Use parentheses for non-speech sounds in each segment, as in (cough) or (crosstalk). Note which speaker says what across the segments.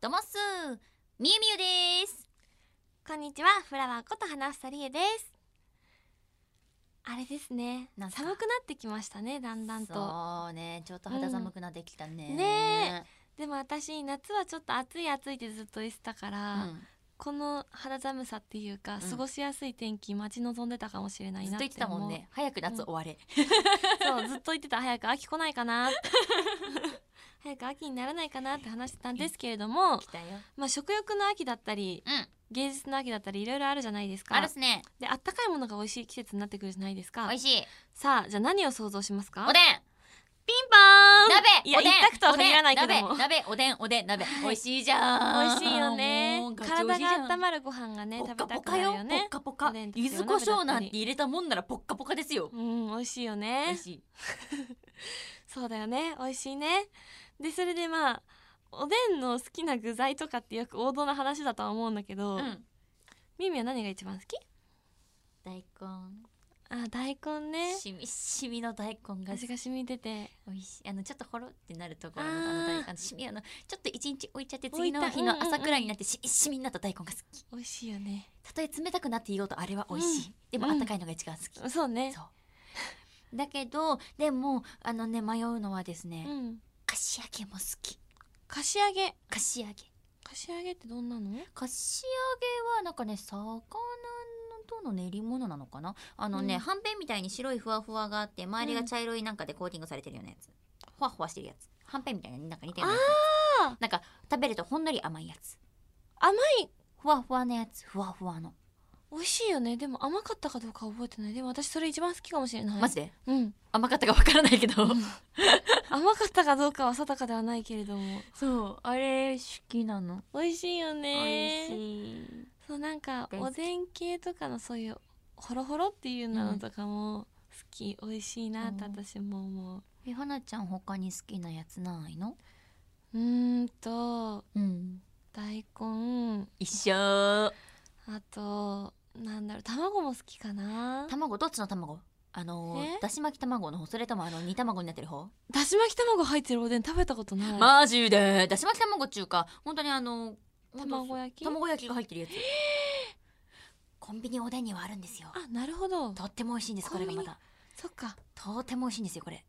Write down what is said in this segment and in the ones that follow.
Speaker 1: どうもっすみゆみゆです
Speaker 2: こんにちは、フラワーこと花房理恵です。あれですね
Speaker 1: なん、すか
Speaker 2: 寒くなってきましたね、だんだんと。
Speaker 1: そうねちょっと肌寒くなってきたね、
Speaker 2: うんねでも私、夏はちょっと暑い暑いってずっと言ってたか
Speaker 1: う
Speaker 2: ら、
Speaker 1: ん、
Speaker 2: この肌寒さっていうか、
Speaker 1: うん
Speaker 2: 過ごしやすい天気待ち望んでたかもしれない
Speaker 1: ずっ
Speaker 2: な
Speaker 1: と言
Speaker 2: って
Speaker 1: ってたもんね早く夏終われ、
Speaker 2: 思う。そう、ずっと言ってた、早く秋来ないかなって。 (laughs) 早く秋にならないかなって話してたんですけれども
Speaker 1: 来、たよ
Speaker 2: まあ食欲の秋だったり、
Speaker 1: うん
Speaker 2: 芸術の秋だったり、いろいろあるじゃないです
Speaker 1: あ
Speaker 2: か
Speaker 1: るっ。すね
Speaker 2: で、あったかいものが美味しい季節になってくるじゃないですか
Speaker 1: 美。味しい
Speaker 2: さあ、じゃあ何を想像しますか
Speaker 1: おでん
Speaker 2: ピンポーン
Speaker 1: 鍋
Speaker 2: いや、
Speaker 1: おでん
Speaker 2: 一択とは限らないけども
Speaker 1: おでん。鍋鍋おでんおでん鍋、
Speaker 2: はい
Speaker 1: 美味しいじゃん
Speaker 2: (laughs) 美味しいよね
Speaker 1: もう。ガチ美味
Speaker 2: 体
Speaker 1: しいじゃん
Speaker 2: が温まるご飯がね、
Speaker 1: ポッ
Speaker 2: 食べ
Speaker 1: カ
Speaker 2: た
Speaker 1: ポ
Speaker 2: く
Speaker 1: カ
Speaker 2: なる
Speaker 1: よ
Speaker 2: よ
Speaker 1: ポッ
Speaker 2: ね。
Speaker 1: カポカ
Speaker 2: おでん
Speaker 1: 柚
Speaker 2: とか
Speaker 1: 子胡椒なんて
Speaker 2: お鍋だったり
Speaker 1: 入れたもんならポッカポカですよ
Speaker 2: うん、美味しいよ
Speaker 1: 美
Speaker 2: ね
Speaker 1: 味。しい
Speaker 2: そうだよね。美味しいね。で、それでまあ、おでんの好きな具材とかってよく王道な話だとは思うんだけ
Speaker 1: う
Speaker 2: ど、
Speaker 1: ん
Speaker 2: ミミは何が一番好き
Speaker 1: 大根
Speaker 2: あ、大根ね。
Speaker 1: しみしみの大根が
Speaker 2: 味が染み出て。
Speaker 1: 美味しいあのちょっとほろってなるところのあの
Speaker 2: あー
Speaker 1: 大根あのしみあのちょっと一日置いちゃって
Speaker 2: 置
Speaker 1: 次
Speaker 2: いた
Speaker 1: の日の
Speaker 2: うんうん
Speaker 1: 朝
Speaker 2: うん
Speaker 1: くらいになってししみになった大根が好き
Speaker 2: 美味しいよね。
Speaker 1: たとえ冷たくなっていようとあれは美味しい、でも
Speaker 2: うん
Speaker 1: あったかいのが一番好き、
Speaker 2: そうね。
Speaker 1: そうだけどでもあのね迷うのはですね、
Speaker 2: うん。
Speaker 1: かし揚げも好き
Speaker 2: かし揚げ。
Speaker 1: かし揚げ
Speaker 2: かし揚げってどんなの
Speaker 1: かし揚げはなんかね魚との練り物なのかなあのね、
Speaker 2: うん
Speaker 1: はんぺんみたいに白いふわふわがあって周りが茶色いなんかでコーティングされてるようなやつほわほわしてるやつはんぺんみたいななんか似たようなや
Speaker 2: あ
Speaker 1: つなんか食べるとほんのり甘いやつ
Speaker 2: 甘い
Speaker 1: ふわふわのやつふわふわの、
Speaker 2: 美味しいよね。でも甘かったかどうか覚えてない。でも私それ一番好きかもしれない。
Speaker 1: マジで
Speaker 2: うん。
Speaker 1: 甘かったかわからないけど
Speaker 2: 甘かったかどうかは定かではないけれども
Speaker 1: そうあれ好きなの
Speaker 2: 美味しいよね
Speaker 1: しい
Speaker 2: そうなんか
Speaker 1: 大好き
Speaker 2: おでん系とかのそういうホロホロっていうのとかも好き、美味しいなって
Speaker 1: うん
Speaker 2: 私も思う
Speaker 1: えはなちゃん他に好きなやつないの
Speaker 2: うーんと
Speaker 1: うん
Speaker 2: 大根
Speaker 1: 一緒
Speaker 2: あとなんだろう卵も好きかな
Speaker 1: 卵どっちの卵あの
Speaker 2: え
Speaker 1: だし巻き卵の方それともあの煮卵になってる方
Speaker 2: だし巻き卵入ってるおでん食べたことない、
Speaker 1: マジでだし巻き卵中華本当にあの本当
Speaker 2: 卵焼き
Speaker 1: 卵焼きが入ってるやつコンビニおでんにはあるんですよ
Speaker 2: あなるほど
Speaker 1: とっても美味しいんですこれがまた
Speaker 2: そっか
Speaker 1: とっても美味しいんですよこれ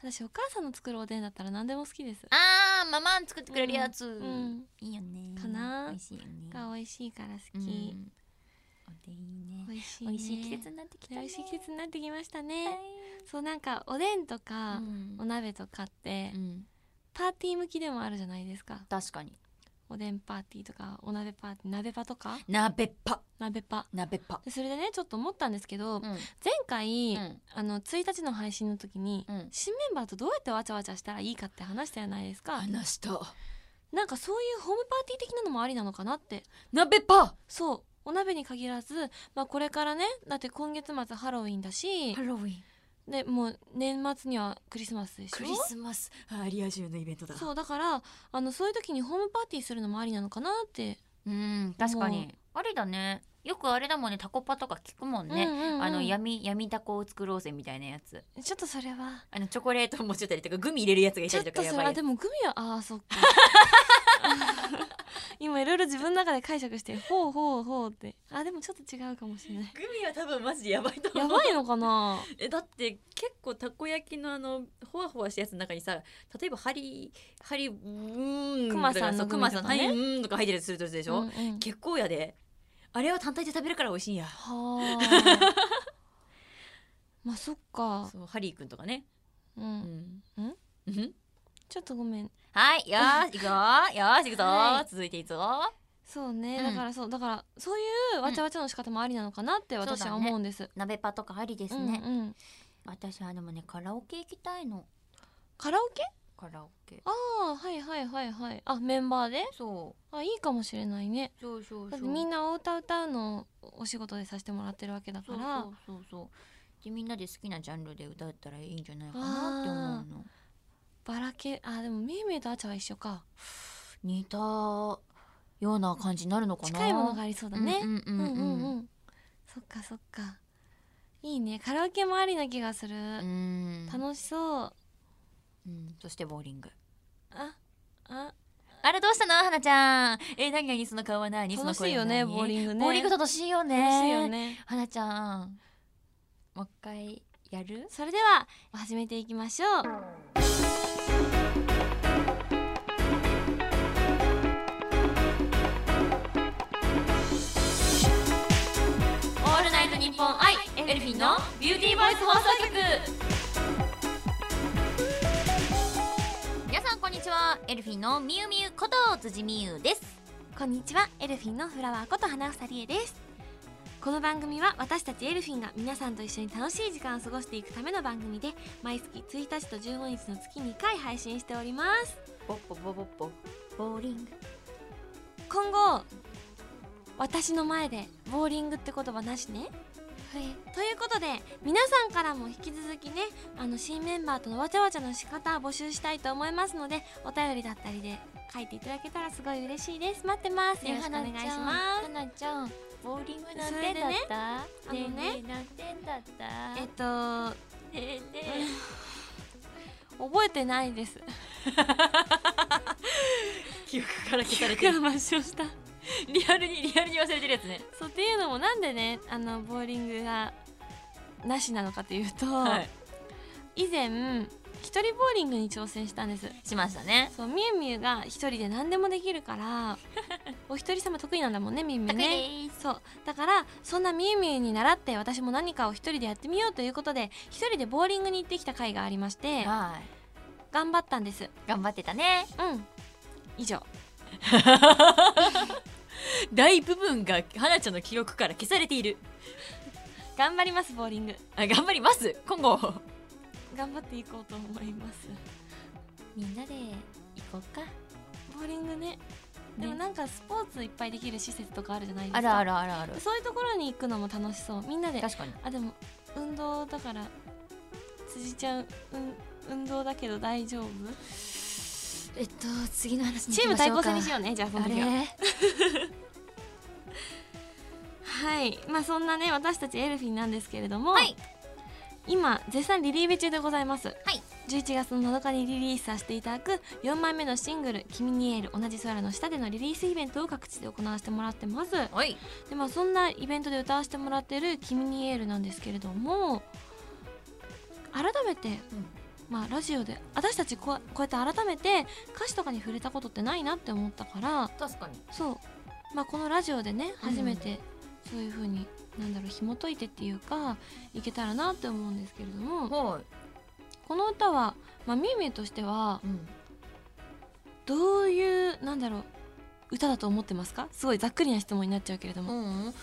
Speaker 2: 私お母さんの作るおでんだったら何でも好きです
Speaker 1: あーママン作ってくれるやつ、
Speaker 2: うん
Speaker 1: いいよね
Speaker 2: かな
Speaker 1: 美味しいよね
Speaker 2: が美味しいから
Speaker 1: う
Speaker 2: 好き、
Speaker 1: んおでんいいね
Speaker 2: 美味しい、
Speaker 1: 美
Speaker 2: ね、
Speaker 1: 味しい季節になってきた
Speaker 2: 美
Speaker 1: ね
Speaker 2: 味しい季節になってきましたね、
Speaker 1: はい
Speaker 2: そうなんかおでんと
Speaker 1: う
Speaker 2: か、
Speaker 1: ん
Speaker 2: お鍋とかって、
Speaker 1: うん
Speaker 2: パーティー向きでもあるじゃないですか
Speaker 1: 確かに
Speaker 2: おでんパーティーとかお鍋パーティー鍋パとか
Speaker 1: 鍋パ
Speaker 2: 鍋パ
Speaker 1: 鍋パ
Speaker 2: でそれでねちょっと思ったんですけど、
Speaker 1: うん
Speaker 2: 前回、
Speaker 1: うん
Speaker 2: あの1日の配信の時に、
Speaker 1: うん
Speaker 2: 新メンバーとどうやってわちゃわちゃしたらいいかって話したじゃないですか
Speaker 1: 話した
Speaker 2: なんかそういうホームパーティー的なのもありなのかなって
Speaker 1: 鍋パ
Speaker 2: そうお鍋に限らず、まあ、これからねだって今月末ハロウィンだし
Speaker 1: ロウィン
Speaker 2: でもう年末にはクリスマスでしょ
Speaker 1: スマスアリア充のイベントだ
Speaker 2: そうだからあのそういう時にホームパーティーするのもありなのかなって、
Speaker 1: うん確かにあれだねよくあれだもんねタコパとか聞くもんね、
Speaker 2: うんうんうん
Speaker 1: あの闇闇タコを作ろうぜみたいなやつ
Speaker 2: ちょっとそれは
Speaker 1: あのチョコレートを持ち寄ったりとかグミ入れるやつがい
Speaker 2: ち
Speaker 1: た
Speaker 2: ょっ
Speaker 1: りとか
Speaker 2: と
Speaker 1: や
Speaker 2: そ
Speaker 1: ば
Speaker 2: れ
Speaker 1: いや
Speaker 2: は
Speaker 1: つ
Speaker 2: でもグミはあ
Speaker 1: (laughs)
Speaker 2: あそっか今いろいろ自分の中で解釈してほうほうほうってあでもちょっと違うかもしれ
Speaker 1: (laughs)
Speaker 2: ない
Speaker 1: グミは多分マジでやばいと
Speaker 2: やばいのかな
Speaker 1: (laughs) えだって結構たこ焼きのあのほわほわしたやつの中にさ例えば針針うーん
Speaker 2: クマさん
Speaker 1: とかそ
Speaker 2: の
Speaker 1: う
Speaker 2: グ
Speaker 1: ク
Speaker 2: ミ
Speaker 1: マ
Speaker 2: と
Speaker 1: さん
Speaker 2: かね
Speaker 1: 針うーんとか入ってるやつするとするでしょ、
Speaker 2: うんうん
Speaker 1: 結構やであれは単体で食べるから美味しいんや
Speaker 2: は
Speaker 1: (laughs)
Speaker 2: あまあそっか
Speaker 1: そうハリーくんとかね
Speaker 2: う
Speaker 1: うんん
Speaker 2: うん
Speaker 1: うん
Speaker 2: ちょっとごめん
Speaker 1: はいよーし行くぞ (laughs) ーよーし行くぞー、
Speaker 2: はい
Speaker 1: 続いていくぞー
Speaker 2: そうね、
Speaker 1: うん
Speaker 2: だからそうだからそういうわちゃわちゃの仕方もありなのかなって私は思うんです、
Speaker 1: 鍋パとかありです
Speaker 2: うん
Speaker 1: ね、
Speaker 2: うん
Speaker 1: 私はでもねカラオケ行きたいの
Speaker 2: カラオケ
Speaker 1: カラオケ
Speaker 2: ああはいはいはいはいあメンバーで
Speaker 1: そ
Speaker 2: あいいかもしれないね
Speaker 1: うそうそう
Speaker 2: だ
Speaker 1: そ
Speaker 2: っ
Speaker 1: う
Speaker 2: てみんなお歌歌うのをお仕事でさせてもらってるわけだか
Speaker 1: そう
Speaker 2: ら
Speaker 1: そうそうそうでみんなで好きなジャンルで歌ったらいいんじゃないかなって思うの
Speaker 2: バラけあでもみゆみゆとあちゃは一緒か
Speaker 1: 似たような感じになるのかな
Speaker 2: 近いものがありそうだね、
Speaker 1: うんうんうんうんうん
Speaker 2: んそっかそっかいいねカラオケもありな気がする、楽しそう
Speaker 1: うんそしてボーリング
Speaker 2: ああ
Speaker 1: あれどううしたの花ちゃんえ何何その顔は何その
Speaker 2: 楽し
Speaker 1: 声
Speaker 2: いよ
Speaker 1: は
Speaker 2: ね
Speaker 1: 何
Speaker 2: ボーリングね
Speaker 1: ボーリング楽しいよね
Speaker 2: 楽しいよね
Speaker 1: 花ちゃんもう一回やる
Speaker 2: それでは始めていきましょう
Speaker 1: オールナイトニッポン愛エルフィンのビューティーボイス放送局皆さんこんにちはエルフィンのみゆみゆこと辻みゆです
Speaker 2: こんにちはエルフィンのフラワーこと花房理恵ですこの番組は私たちエルフィンが皆さんと一緒に楽しい時間を過ごしていくための番組で毎月1日と15日の月2回配信しております
Speaker 1: ボッポボボッポボーリング
Speaker 2: 今後私の前でボーリングって言葉なしねということで皆さんからも引き続きねあの新メンバーとのわちゃわちゃの仕方を募集したいと思いますのでお便りだったりで書いていただけたらすごい嬉しいです待ってますよろしくお願いします
Speaker 1: 花ちゃんボーリング
Speaker 2: な
Speaker 1: なんん
Speaker 2: て
Speaker 1: て
Speaker 2: だ
Speaker 1: だ
Speaker 2: っ
Speaker 1: った
Speaker 2: ねえね
Speaker 1: なんてだった
Speaker 2: えっと
Speaker 1: えね
Speaker 2: 覚えてないです
Speaker 1: (laughs) 記憶から消されて
Speaker 2: 黒
Speaker 1: る
Speaker 2: 抹消した
Speaker 1: リアルにリアルに忘れてるやつね
Speaker 2: (laughs) そうっていうのもなんでねあのボーリングがなしなのかというと、
Speaker 1: はい
Speaker 2: 以前一人ボーリングに挑戦したんです
Speaker 1: しましたね
Speaker 2: そうみゆみゆが一人で何でもできるから (laughs) お一人様得意なんだもんねみゆみゆね
Speaker 1: 得意で
Speaker 2: そうだからそんなみゆみゆに習って私も何かを一人でやってみようということで一人でボーリングに行ってきた回がありまして
Speaker 1: はい
Speaker 2: 頑張ったんです
Speaker 1: 頑張ってたね
Speaker 2: うん以上
Speaker 1: 大部分が花ちゃんの記録から消されている
Speaker 2: 頑張りますボーリング
Speaker 1: あ頑張ります今後
Speaker 2: 頑張っていこうと思います
Speaker 1: みんなで行こうか
Speaker 2: ボーリングねでもなんかスポーツいっぱいできる施設とかあるじゃないですか
Speaker 1: あるあるあるある
Speaker 2: そういうところに行くのも楽しそうみんなで
Speaker 1: 確かに
Speaker 2: あでも運動だから辻ちゃん、うん、運動だけど大丈夫
Speaker 1: えっと次の話
Speaker 2: (laughs) チーム対抗戦にし
Speaker 1: よ
Speaker 2: ようね (laughs) じゃあその
Speaker 1: あ
Speaker 2: 時は
Speaker 1: れ
Speaker 2: (laughs) はいまあそんなね私たちエルフィンなんですけれども、
Speaker 1: はい、
Speaker 2: 今絶賛リリーベ中でございます、はい11月の7日にリリースさせていただく4枚目のシングル「君に言える同じ空の下」でのリリースイベントを各地で行わせてもらってます
Speaker 1: おい
Speaker 2: でまあそんなイベントで歌わせてもらってる「君に言える」なんですけれども改めて、まあラジオで私たちこうこうやって改めて歌詞とかに触れたことってないなって思ったから
Speaker 1: 確かに
Speaker 2: そう、まあ、このラジオでね
Speaker 1: うん
Speaker 2: 初めてそういう風になんだろう紐解いてっていうかいけたらなって思うんですけれども
Speaker 1: は、
Speaker 2: この歌は、まあ、みゆみゆとしてはい
Speaker 1: うん、
Speaker 2: どういうなんだろう歌だと思ってますかすごいざっくりな質問になっちゃうけれども。
Speaker 1: うん、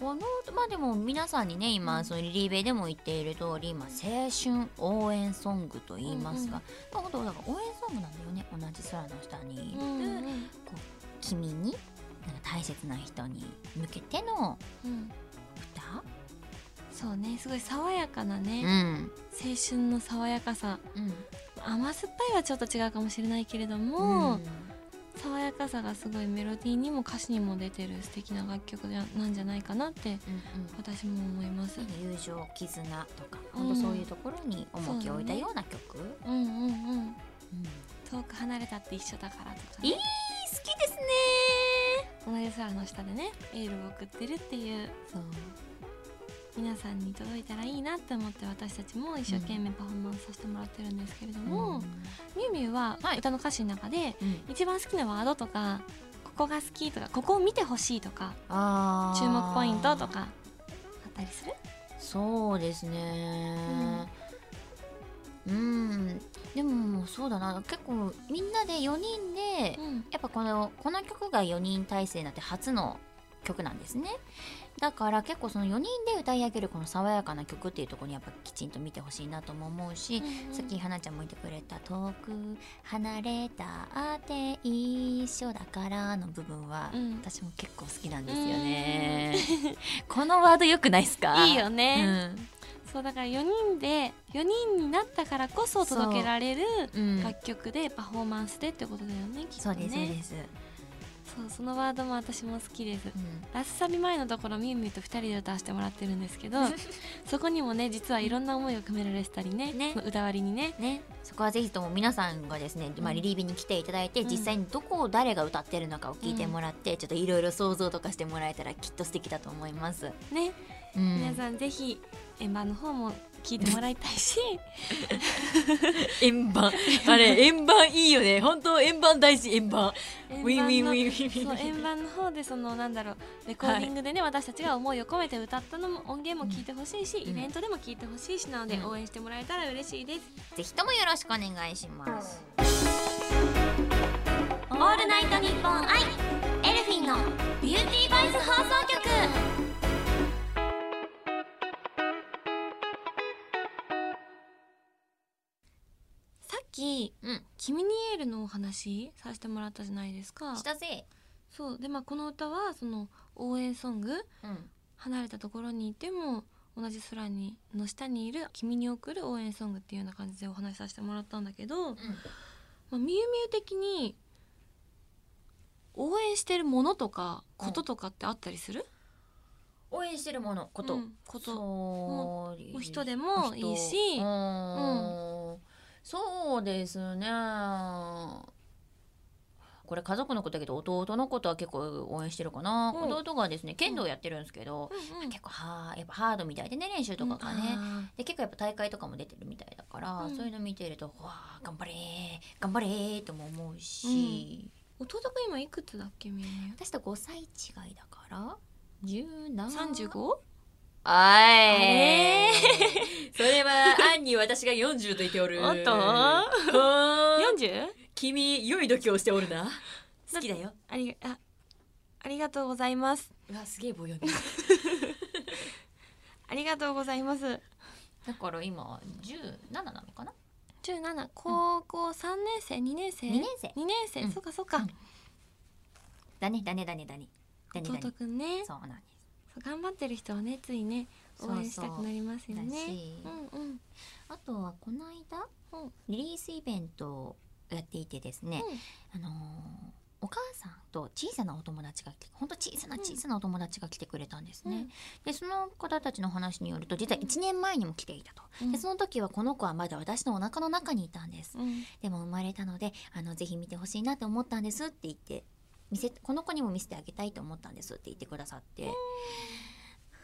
Speaker 1: このまあでも皆さんにね
Speaker 2: うん
Speaker 1: 今そのリリーベでも言っている通り、まあ、青春応援ソングと言いますが、まあ本当だから応援ソングなんだよね同じ空の下にいる、
Speaker 2: うんうん
Speaker 1: 君になんか大切な人に向けての
Speaker 2: うん
Speaker 1: 歌、
Speaker 2: そうねすごい爽やかな
Speaker 1: う
Speaker 2: ね、
Speaker 1: ん
Speaker 2: 青春の爽やかさ
Speaker 1: うん
Speaker 2: 甘酸っぱいはちょっと違うかもしれないけれども、爽やかさがすごいメロディーにも歌詞にも出てる素敵な楽曲じゃなんじゃないかなって
Speaker 1: うん
Speaker 2: 私も思います。
Speaker 1: 友情絆とか
Speaker 2: うん
Speaker 1: 本当そういうところに重きを置いたような曲、
Speaker 2: うんうんうん
Speaker 1: うん
Speaker 2: 遠く離れたって一緒だからとか、
Speaker 1: いい好きですね
Speaker 2: 同じ空の下でねエールを送ってるっていう
Speaker 1: そう
Speaker 2: 皆さんに届いたらいいなって思って私たちも一生懸命パフォーマンスさせてもらってるんですけれども、みゆみゆは
Speaker 1: はい
Speaker 2: 歌の歌詞の中で、
Speaker 1: うん
Speaker 2: 一番好きなワードとかここが好きとかここを見てほしいとか
Speaker 1: あー
Speaker 2: 注目ポイントとかあったりする
Speaker 1: そうですねうんでもそうだな結構みんなで4人で
Speaker 2: うん
Speaker 1: やっぱこのこの曲が4人体制になって初の曲なんですねだから結構その4人で歌い上げるこの爽やかな曲っていうところにやっぱきちんと見てほしいなとも思うし、さっき花ちゃんも言ってくれた「遠く離れたって一緒だから」の部分は、
Speaker 2: うん
Speaker 1: 私も結構好きなんですよね (laughs) このワードよくないですか
Speaker 2: いいよね、
Speaker 1: うん
Speaker 2: そうだから4人で4人になったからこそ届けられる
Speaker 1: うん
Speaker 2: 楽曲でパフォーマンスでってことだよねきっ
Speaker 1: そ
Speaker 2: と
Speaker 1: うです、そう
Speaker 2: ね
Speaker 1: です。
Speaker 2: そうそのワードも私も好きです
Speaker 1: うん
Speaker 2: ラスサビ前のところみゆみゆと2人で歌わせてもらってるんです (laughs) けどそこにもね実はいろんな思いを込められてたりね
Speaker 1: ね
Speaker 2: その歌割りにね
Speaker 1: ね、そこはぜひとも皆さんがですね、まあ、
Speaker 2: うん
Speaker 1: リリービに来ていただいて、
Speaker 2: うん
Speaker 1: 実際にどこを誰が歌ってるのかを聞いてもらって、ちょっといろいろ想像とかしてもらえたらきっと素敵だと思います。
Speaker 2: ね、
Speaker 1: うん、
Speaker 2: 皆さんぜひ円盤の方も聞いてもらいたいし
Speaker 1: 円盤あ (laughs) れ円盤いいよね本当円盤大事円盤
Speaker 2: 円
Speaker 1: ウ
Speaker 2: 盤
Speaker 1: ィンウィンウ
Speaker 2: の
Speaker 1: ィンウィンウ
Speaker 2: そ
Speaker 1: ィ
Speaker 2: う
Speaker 1: ン
Speaker 2: (laughs) 円盤の方でそのなんだろうレコーディングでね、私たちが思いを込めて歌ったのも音源も聞いてほしいし、
Speaker 1: うん
Speaker 2: イベントでも聞いてほしいしなので、
Speaker 1: うん
Speaker 2: 応援してもらえたら嬉しいです。
Speaker 1: ぜひともよろしくお願いします
Speaker 2: オールナイトニッポンアイ
Speaker 1: エルフィンのビューティーバイス放送局
Speaker 2: さっき
Speaker 1: うん
Speaker 2: キミニエールのお話させてもらったじゃないですか
Speaker 1: したぜ
Speaker 2: そうでまあこの歌はその応援ソング
Speaker 1: うん
Speaker 2: 離れたところにいても同じ空にの下にいる君に送る応援ソングっていうような感じでお話しさせてもらったんだけど、まあ、みゆみゆ的に応援してるものとか
Speaker 1: うん
Speaker 2: こととかってあったりする、
Speaker 1: 応援してるものこ
Speaker 2: う
Speaker 1: と
Speaker 2: んこと
Speaker 1: そ
Speaker 2: お
Speaker 1: う
Speaker 2: 人でもいいし
Speaker 1: 人うーんそうですねこれ家族のことだけど弟のことは結構応援してるかな、
Speaker 2: うん
Speaker 1: 弟がですね剣道やってるんですけど、
Speaker 2: うんうん
Speaker 1: 結構はやっぱハードみたいでね練習とかがね、
Speaker 2: あ
Speaker 1: で結構やっぱ大会とかも出てるみたいだから、
Speaker 2: うん
Speaker 1: そういうの見てると「わあ頑張れー頑張れー」とも思うし、
Speaker 2: ー弟が今いくつだっけみゆみゆ
Speaker 1: 私と5歳違いだから17
Speaker 2: 35?
Speaker 1: あい
Speaker 2: れ
Speaker 1: (laughs) それは暗に私が40と言っておる
Speaker 2: おっと
Speaker 1: ほーん
Speaker 2: 40?
Speaker 1: 君良い度胸をしておるな (laughs) 好きだよ
Speaker 2: ありがあありがとうございます
Speaker 1: うわすげえ棒読み
Speaker 2: ありがとうございます
Speaker 1: だから今17なのかな
Speaker 2: 17高校3年生2年生
Speaker 1: 2年生
Speaker 2: 二年生、
Speaker 1: うん
Speaker 2: そうかそうか、
Speaker 1: うんだねだねだねだねだねだ
Speaker 2: 弟
Speaker 1: ね
Speaker 2: くんね
Speaker 1: そうなんです
Speaker 2: そう頑張ってる人はねついね応援したくなりますよね
Speaker 1: だし、
Speaker 2: うんうん
Speaker 1: あとはこの間、
Speaker 2: うん
Speaker 1: リリースイベントをやっていてですね、あのーお母さんと小さなお友達が来てほんと小さな
Speaker 2: うん
Speaker 1: 小さなお友達が来てくれたんです
Speaker 2: うん
Speaker 1: ね、でその方たちの話によると実は1年前にも来ていたと、
Speaker 2: うん
Speaker 1: でその時はこの子はまだ私のお腹の中にいたんです、
Speaker 2: うん
Speaker 1: でも生まれたのであのぜひ見てほしいなって思ったんですって言って見せこの子にも見せてあげたいと思ったんですって言ってくださって、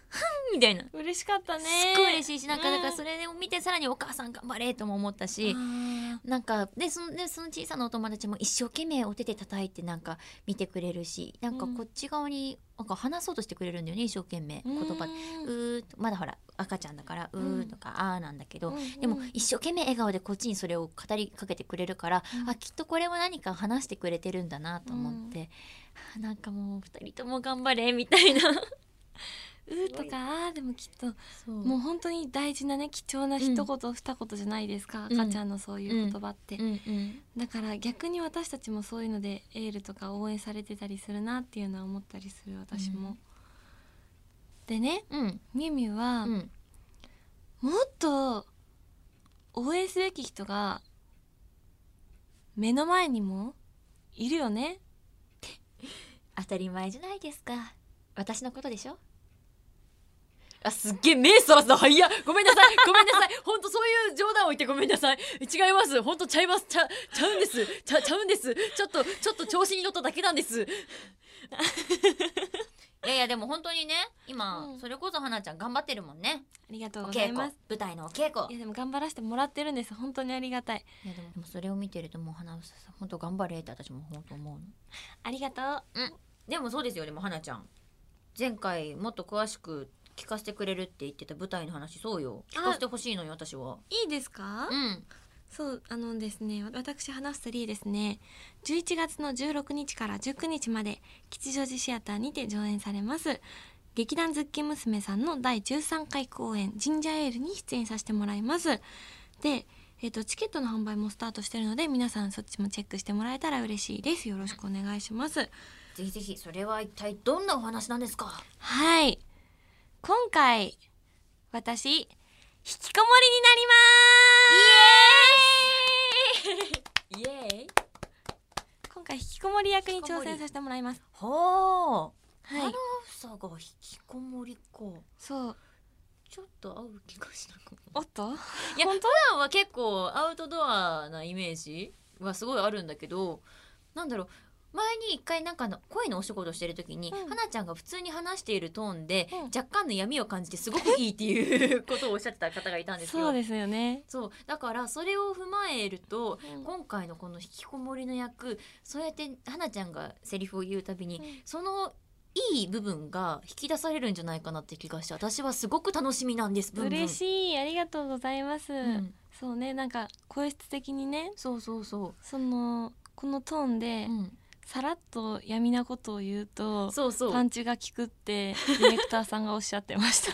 Speaker 1: ふん、 (laughs) みたいな
Speaker 2: 嬉しかったね
Speaker 1: すっごい嬉しいしなんか
Speaker 2: う
Speaker 1: だ
Speaker 2: ん
Speaker 1: からそれを見てさらにお母さん頑張れとも思ったし、
Speaker 2: あ
Speaker 1: なんかでそのでその小さなお友達も一生懸命お手で叩いてなんか見てくれるしなんか
Speaker 2: うん
Speaker 1: こっち側になんか話そうとしてくれるんだよね一生懸命
Speaker 2: ー
Speaker 1: 言葉で。
Speaker 2: うん
Speaker 1: うーとまだほら赤ちゃんだから「う
Speaker 2: う
Speaker 1: ー」
Speaker 2: ん
Speaker 1: とか「あー」なんだけど、
Speaker 2: うんうん
Speaker 1: でも一生懸命笑顔でこっちにそれを語りかけてくれるから、
Speaker 2: うん
Speaker 1: あきっとこれも何か話してくれてるんだなと思って、あーなんかもう二人とも頑張れみたいな
Speaker 2: うーとかあーでもきっと
Speaker 1: (laughs) そう
Speaker 2: もう本当に大事なね貴重な一言二言じゃないです
Speaker 1: う
Speaker 2: か、
Speaker 1: ん
Speaker 2: 赤ちゃんのそういう言葉って、
Speaker 1: うんうん
Speaker 2: だから逆に私たちもそういうのでエールとか応援されてたりするなっていうのは思ったりする私も、
Speaker 1: うん
Speaker 2: でね
Speaker 1: うん
Speaker 2: みゆみゆは、
Speaker 1: うん
Speaker 2: もっと応援すべき人が目の前にもいるよね
Speaker 1: 当たり前じゃないですか私のことでしょあすっげえ目そらすの早っごめんなさいごめんなさいほんとそういう冗談を言ってごめんなさい違いますほんとちゃいますちゃちゃうんですちゃちゃうんですちょっとちょっと調子に乗っただけなんです (laughs) いやいやでも本当にね今、
Speaker 2: うん
Speaker 1: それこそ花ちゃん頑張ってるもんね
Speaker 2: ありがとう
Speaker 1: お
Speaker 2: ござ
Speaker 1: 稽
Speaker 2: い
Speaker 1: 古
Speaker 2: ます
Speaker 1: 舞台のお稽古
Speaker 2: いやでも頑張らせてもらってるんです本当にありがたい
Speaker 1: いやでもでもそれを見てるともう花さん本当頑張れって私も本当思うの
Speaker 2: ありがとう
Speaker 1: でもそうですよでも花ちゃん前回もっと詳しく聞かせてくれるって言ってた舞台の話そうよ
Speaker 2: あ
Speaker 1: 聞かせてほしいのよ私はい
Speaker 2: いですか、
Speaker 1: うん
Speaker 2: そうあのですねわ私話すとリーですね11月の16日から19日まで吉祥寺シアターにて上演されます劇団ズッキン娘さんの第13回公演「ジンジャーエール」に出演させてもらいますで、えっとチケットの販売もスタートしてるので皆さんそっちもチェックしてもらえたら嬉しいですよろしくお願いします
Speaker 1: ぜひぜひそれは一体どんなお話なんですか
Speaker 2: はい今回私引きこもりになります
Speaker 1: イエーイ
Speaker 2: 今回引きこもり役に挑
Speaker 1: 引きこも
Speaker 2: 戦
Speaker 1: り
Speaker 2: させてもらいます
Speaker 1: はあ、
Speaker 2: は
Speaker 1: はいい、花房が引きこもりか
Speaker 2: そう
Speaker 1: ちょっと合う気がしなくも
Speaker 2: おっと
Speaker 1: いや普段は結構アウトドアなイメージはすごいあるんだけどなんだろう前に一回なんかの声のお仕事してる時に、
Speaker 2: うん
Speaker 1: 花ちゃんが普通に話しているトーンで、
Speaker 2: うん
Speaker 1: 若干の闇を感じてすごくいいっていうことをおっしゃってた方がいたんですよ。
Speaker 2: そうですよね、
Speaker 1: そうだからそれを踏まえると
Speaker 2: うん
Speaker 1: 今回のこの引きこもりの役そうやって花ちゃんがセリフを言うたびに、
Speaker 2: うん
Speaker 1: そのいい部分が引き出されるんじゃないかなって気がして私はすごく楽しみなんです。
Speaker 2: 嬉
Speaker 1: い、
Speaker 2: しいありがとうございます、
Speaker 1: うん、
Speaker 2: そうねなんか声質的にね
Speaker 1: そうそうそ
Speaker 2: そのこのトーン
Speaker 1: う、
Speaker 2: で、
Speaker 1: うん、
Speaker 2: さらっと闇なことを言うと
Speaker 1: そうそう。
Speaker 2: パンチが効く
Speaker 1: (laughs)
Speaker 2: ってディレクターさんがおっしゃってました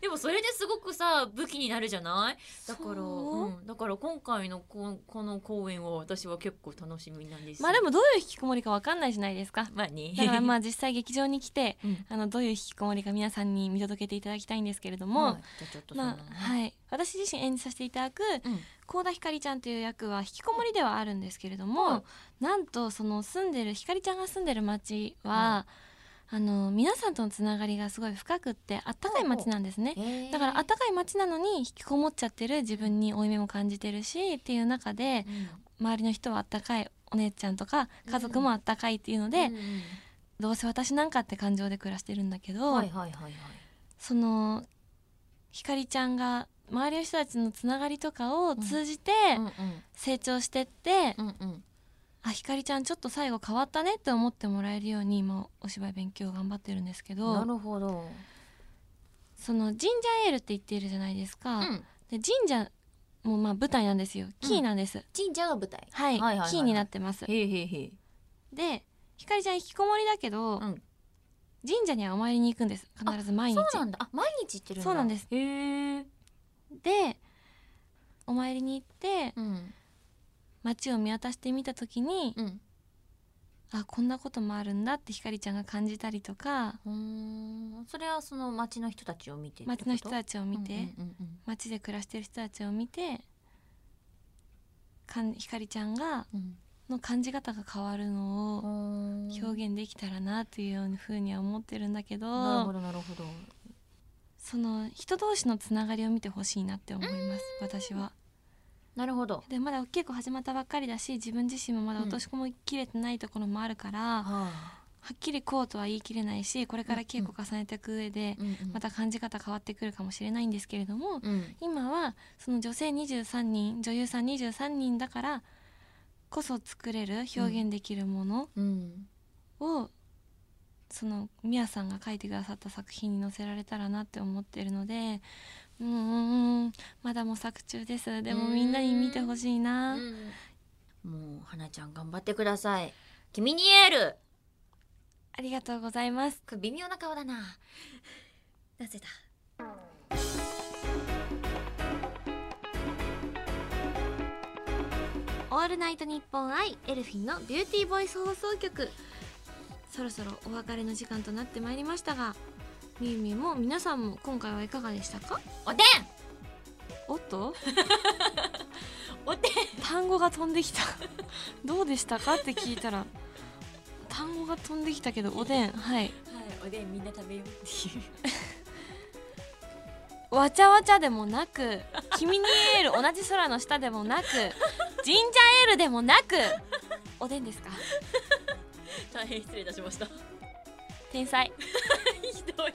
Speaker 1: でもそれですごくさ武器になるじゃない。だから、
Speaker 2: そう
Speaker 1: うん、だから今回のここの公演は私は結構楽しみなんです。
Speaker 2: まあで、もどういう引きこもりかわかんないじゃないですか
Speaker 1: まあね。
Speaker 2: だからま
Speaker 1: あ、
Speaker 2: あ実際劇場に来て
Speaker 1: (laughs) うん、
Speaker 2: あのどういう引きこもりか皆さんに見届けていただきたいんですけれども、
Speaker 1: もう、じゃあちょっとそんな
Speaker 2: ま
Speaker 1: のね
Speaker 2: あはい、私自身演じさせていただく
Speaker 1: うん、
Speaker 2: 幸田ひかりちゃんという役は引きこもりではあるんですけれども、
Speaker 1: はい
Speaker 2: なんとその住んでるひかりちゃんが住んでる町は、あの皆さんとのつながりがすごい深くってあったかい町なんですね。だからあっ
Speaker 1: あ、
Speaker 2: たかい町なのに引きこもっちゃってる自分に負い目も感じてるしっていう中で周りの人はあったかいお姉ちゃんとか家族もあったかいっていうの
Speaker 1: で、
Speaker 2: で、
Speaker 1: うんうん
Speaker 2: どうせ私なんかって感情で暮らしてるんだけど、
Speaker 1: はいはいはいはい。
Speaker 2: そのひかりちゃんが周りの人たちのつながりとかを通じて
Speaker 1: うん
Speaker 2: 成長してって、
Speaker 1: うんうん
Speaker 2: あひかりちゃんちょっと最後変わったねって思ってもらえるように今お芝居勉強頑張ってるんですけ
Speaker 1: うん。な
Speaker 2: ど
Speaker 1: るほど。
Speaker 2: そのジンジャーエールって言っているじゃないですか、
Speaker 1: うん。
Speaker 2: でジンジャーもまあ舞台なんですよキーなんです、
Speaker 1: 神社が舞台。
Speaker 2: は
Speaker 1: は
Speaker 2: い,、
Speaker 1: いはいはい
Speaker 2: キーになってます
Speaker 1: へいへいへい。
Speaker 2: でひかりちゃん引きこもりだけど、
Speaker 1: うん
Speaker 2: 神社にはお参りに行くんです必ず毎日
Speaker 1: そうなんだ。あ、毎日行ってるんだ。
Speaker 2: そうなんです
Speaker 1: へえ。
Speaker 2: でお参りに行って
Speaker 1: うん
Speaker 2: 街を見渡してみた時に、
Speaker 1: うん。
Speaker 2: あこんなこともあるんだってひかりちゃんが感じたりとか
Speaker 1: うーん。それはその町の人たちを見てってこと。
Speaker 2: 街の人たちを見て、
Speaker 1: うんうんうん
Speaker 2: 街で暮らしてる人たちを見てかんひかりちゃんが
Speaker 1: うん。うん
Speaker 2: の感じ方が変わるのを
Speaker 1: 表
Speaker 2: 表現できたらなというようなふうには思ってるんだけ
Speaker 1: なるほど
Speaker 2: ど
Speaker 1: なるほど
Speaker 2: その人同士のつながりを見てほしいなって思います私は。
Speaker 1: なるほど
Speaker 2: でまだ結構始まったばっかりだし自分自身もまだ落とし込みきれてないところもあるから、は
Speaker 1: は
Speaker 2: っきりこうとは言い切れないしこれから稽古重ねていく上でまた感じ方変わってくるかもしれないんですけれども、
Speaker 1: うん
Speaker 2: 今はその女性23人女優さん23人だからこそ作れる表現できるもの
Speaker 1: うん
Speaker 2: を、そのみやさんが書いてくださった作品に載せられたらなって思ってるのでうんうんうんまだ模索中ですでもみんなに見てほしいうな、
Speaker 1: んもう花ちゃん頑張ってください君にエール
Speaker 2: ありがとうございます
Speaker 1: これ微妙な顔だななぜだ
Speaker 2: オールナイトニッポンアイエルフィンのビューティーボイス放送局そろそろお別れの時間となってまいりましたがみゆみゆも皆さんも今回はいかがでしたか
Speaker 1: おでん
Speaker 2: おっと
Speaker 1: おでん
Speaker 2: 単語が飛んできた (laughs) どうでしたかって聞いたら単語が飛んできたけどおでんは
Speaker 1: は
Speaker 2: い
Speaker 1: いおでんみんな食べようっていう
Speaker 2: わちゃわちゃでもなく君にエール同じ空の下でもなくジンジャーエールでもなくおでんですか
Speaker 1: 大変失礼いたしましたひ
Speaker 2: 天才
Speaker 1: どいよ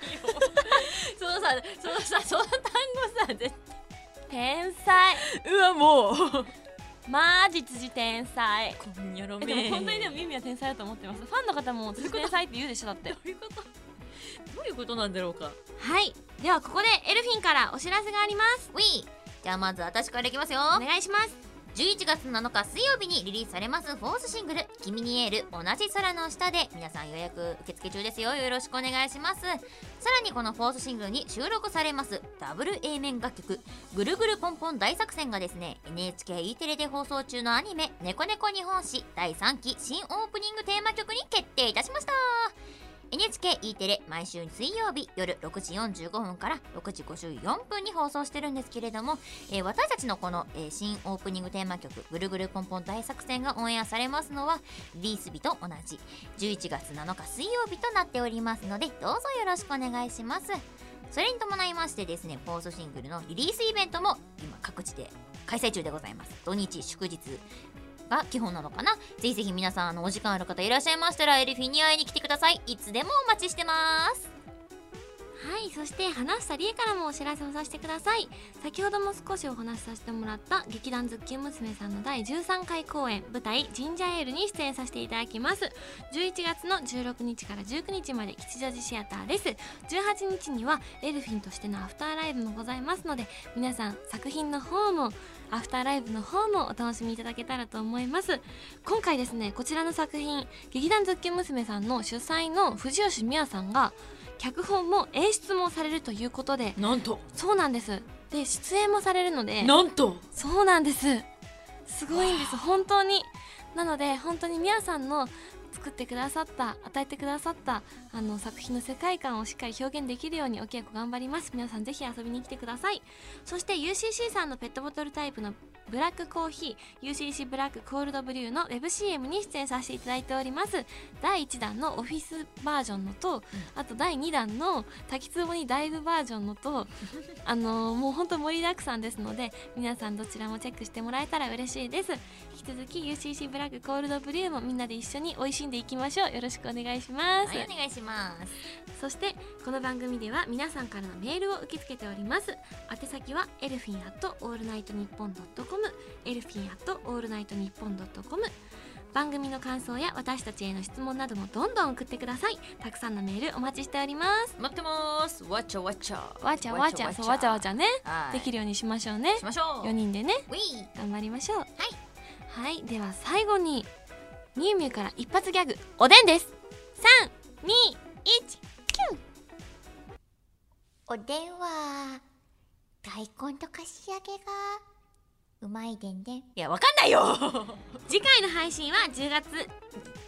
Speaker 1: そのさそのさその単語さ絶
Speaker 2: 天才
Speaker 1: 対うわもう
Speaker 2: マジ辻天才
Speaker 1: こんにゃろめ
Speaker 2: えでも本当にでもミミは天才だと思ってますファンの方も辻天才って言うでしょだって
Speaker 1: どういうことどういうことなんだろうか
Speaker 2: はいではここでエルフィンからお知らせがあります
Speaker 1: ウィーじゃあまず私からいきますよ
Speaker 2: お願いします
Speaker 1: 11月7日水曜日にリリースされますフォースシングル「君にエール同じ空の下で」皆さん予約受付中ですよよろしくお願いしますさらにこのフォースシングルに収録されますダブル A 面楽曲「ぐるぐるポンポン大作戦」がですね NHKE テレで放送中のアニメ「ねこねこ日本史」第3期新オープニングテーマ曲に決定いたしました NHKE テレ毎週水曜日夜6時45分から6時54分に放送してるんですけれども、えー私たちのこの、えー新オープニングテーマ曲「ぐるぐるポンポン大作戦」がオンエアされますのはリリース日と同じ11月7日水曜日となっておりますのでどうぞよろしくお願いしますそれに伴いましてですねポーズシングルのリリースイベントも今各地で開催中でございます土日祝日が基本なのかなぜひぜひ皆さんあのお時間ある方いらっしゃいましたらエルフィに会いに来てくださいいつでもお待ちしてます
Speaker 2: はいそして話したりえからもお知らせをさせてください先ほども少しお話しさせてもらった劇団ズッキュン娘さんの第13回公演舞台「ジンジャーエール」に出演させていただきます11月の16日から19日まで吉祥寺シアターです18日にはエルフィンとしてのアフターライブもございますので皆さん作品の方もアフターライブの方もお楽しみいただけたらと思います今回ですねこちらの作品劇団ズッキュン娘さんの主催の藤吉美和さんが脚本も演出もされるということで
Speaker 1: なんと
Speaker 2: そうなんですで出演もされるので
Speaker 1: なんと
Speaker 2: そうなんですすごいんです本当になので本当にみやさんの作ってくださった与えてくださったあの作品の世界観をしっかり表現できるようにお稽古頑張ります皆さんぜひ遊びに来てくださいそして UCC さんのペットボトルタイプのブラックコーヒー UCC ブラックコールドブリューの WebCM に出演させていただいております第1弾のオフィスバージョンのと、あと第2弾の滝壺にダイブバージョン
Speaker 1: (laughs)
Speaker 2: のとあのーもう本当盛りだくさんですので皆さんどちらもチェックしてもらえたら嬉しいです引き続き UCC ブラックコールドブリューもみんなで一緒に美味しんでいきましょうよろしくお願いします、
Speaker 1: はいお願いします
Speaker 2: そしてこの番組では皆さんからのメールを受け付けております宛先はエルフィンアットオールナイトニッポンドットコムエルフィンアットオールナイトニッポンドットコム番組の感想や私たちへの質問などもどんどん送ってくださいたくさんのメールお待ちしております
Speaker 1: 待ってますわちゃわちゃ
Speaker 2: わちゃわちゃそうわちゃわちゃね
Speaker 1: ゃ
Speaker 2: でき
Speaker 1: る
Speaker 2: るようにしましょうね
Speaker 1: しましょう
Speaker 2: 4人でね
Speaker 1: ウィー
Speaker 2: 頑張りましょうはい、はい、では最後にみゆみゆから一発ギャグおでんです321
Speaker 3: おでんは大根とかし揚げがうまいでんでん
Speaker 1: いやわかんないよ (laughs)
Speaker 2: 次回の配信は10月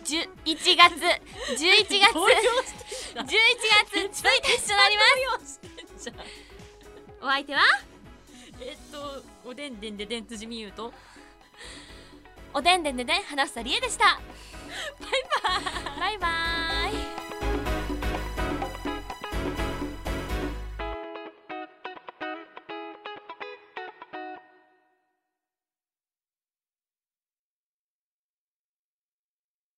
Speaker 2: 10 1月11月11月 (laughs)
Speaker 1: 動揺
Speaker 2: 1日となり
Speaker 1: してんじゃん
Speaker 2: ますお相手は
Speaker 1: (laughs) えっとおでんでんででん辻美優と
Speaker 2: おでんでんでんでん話したりえでしたバイバイバイバイ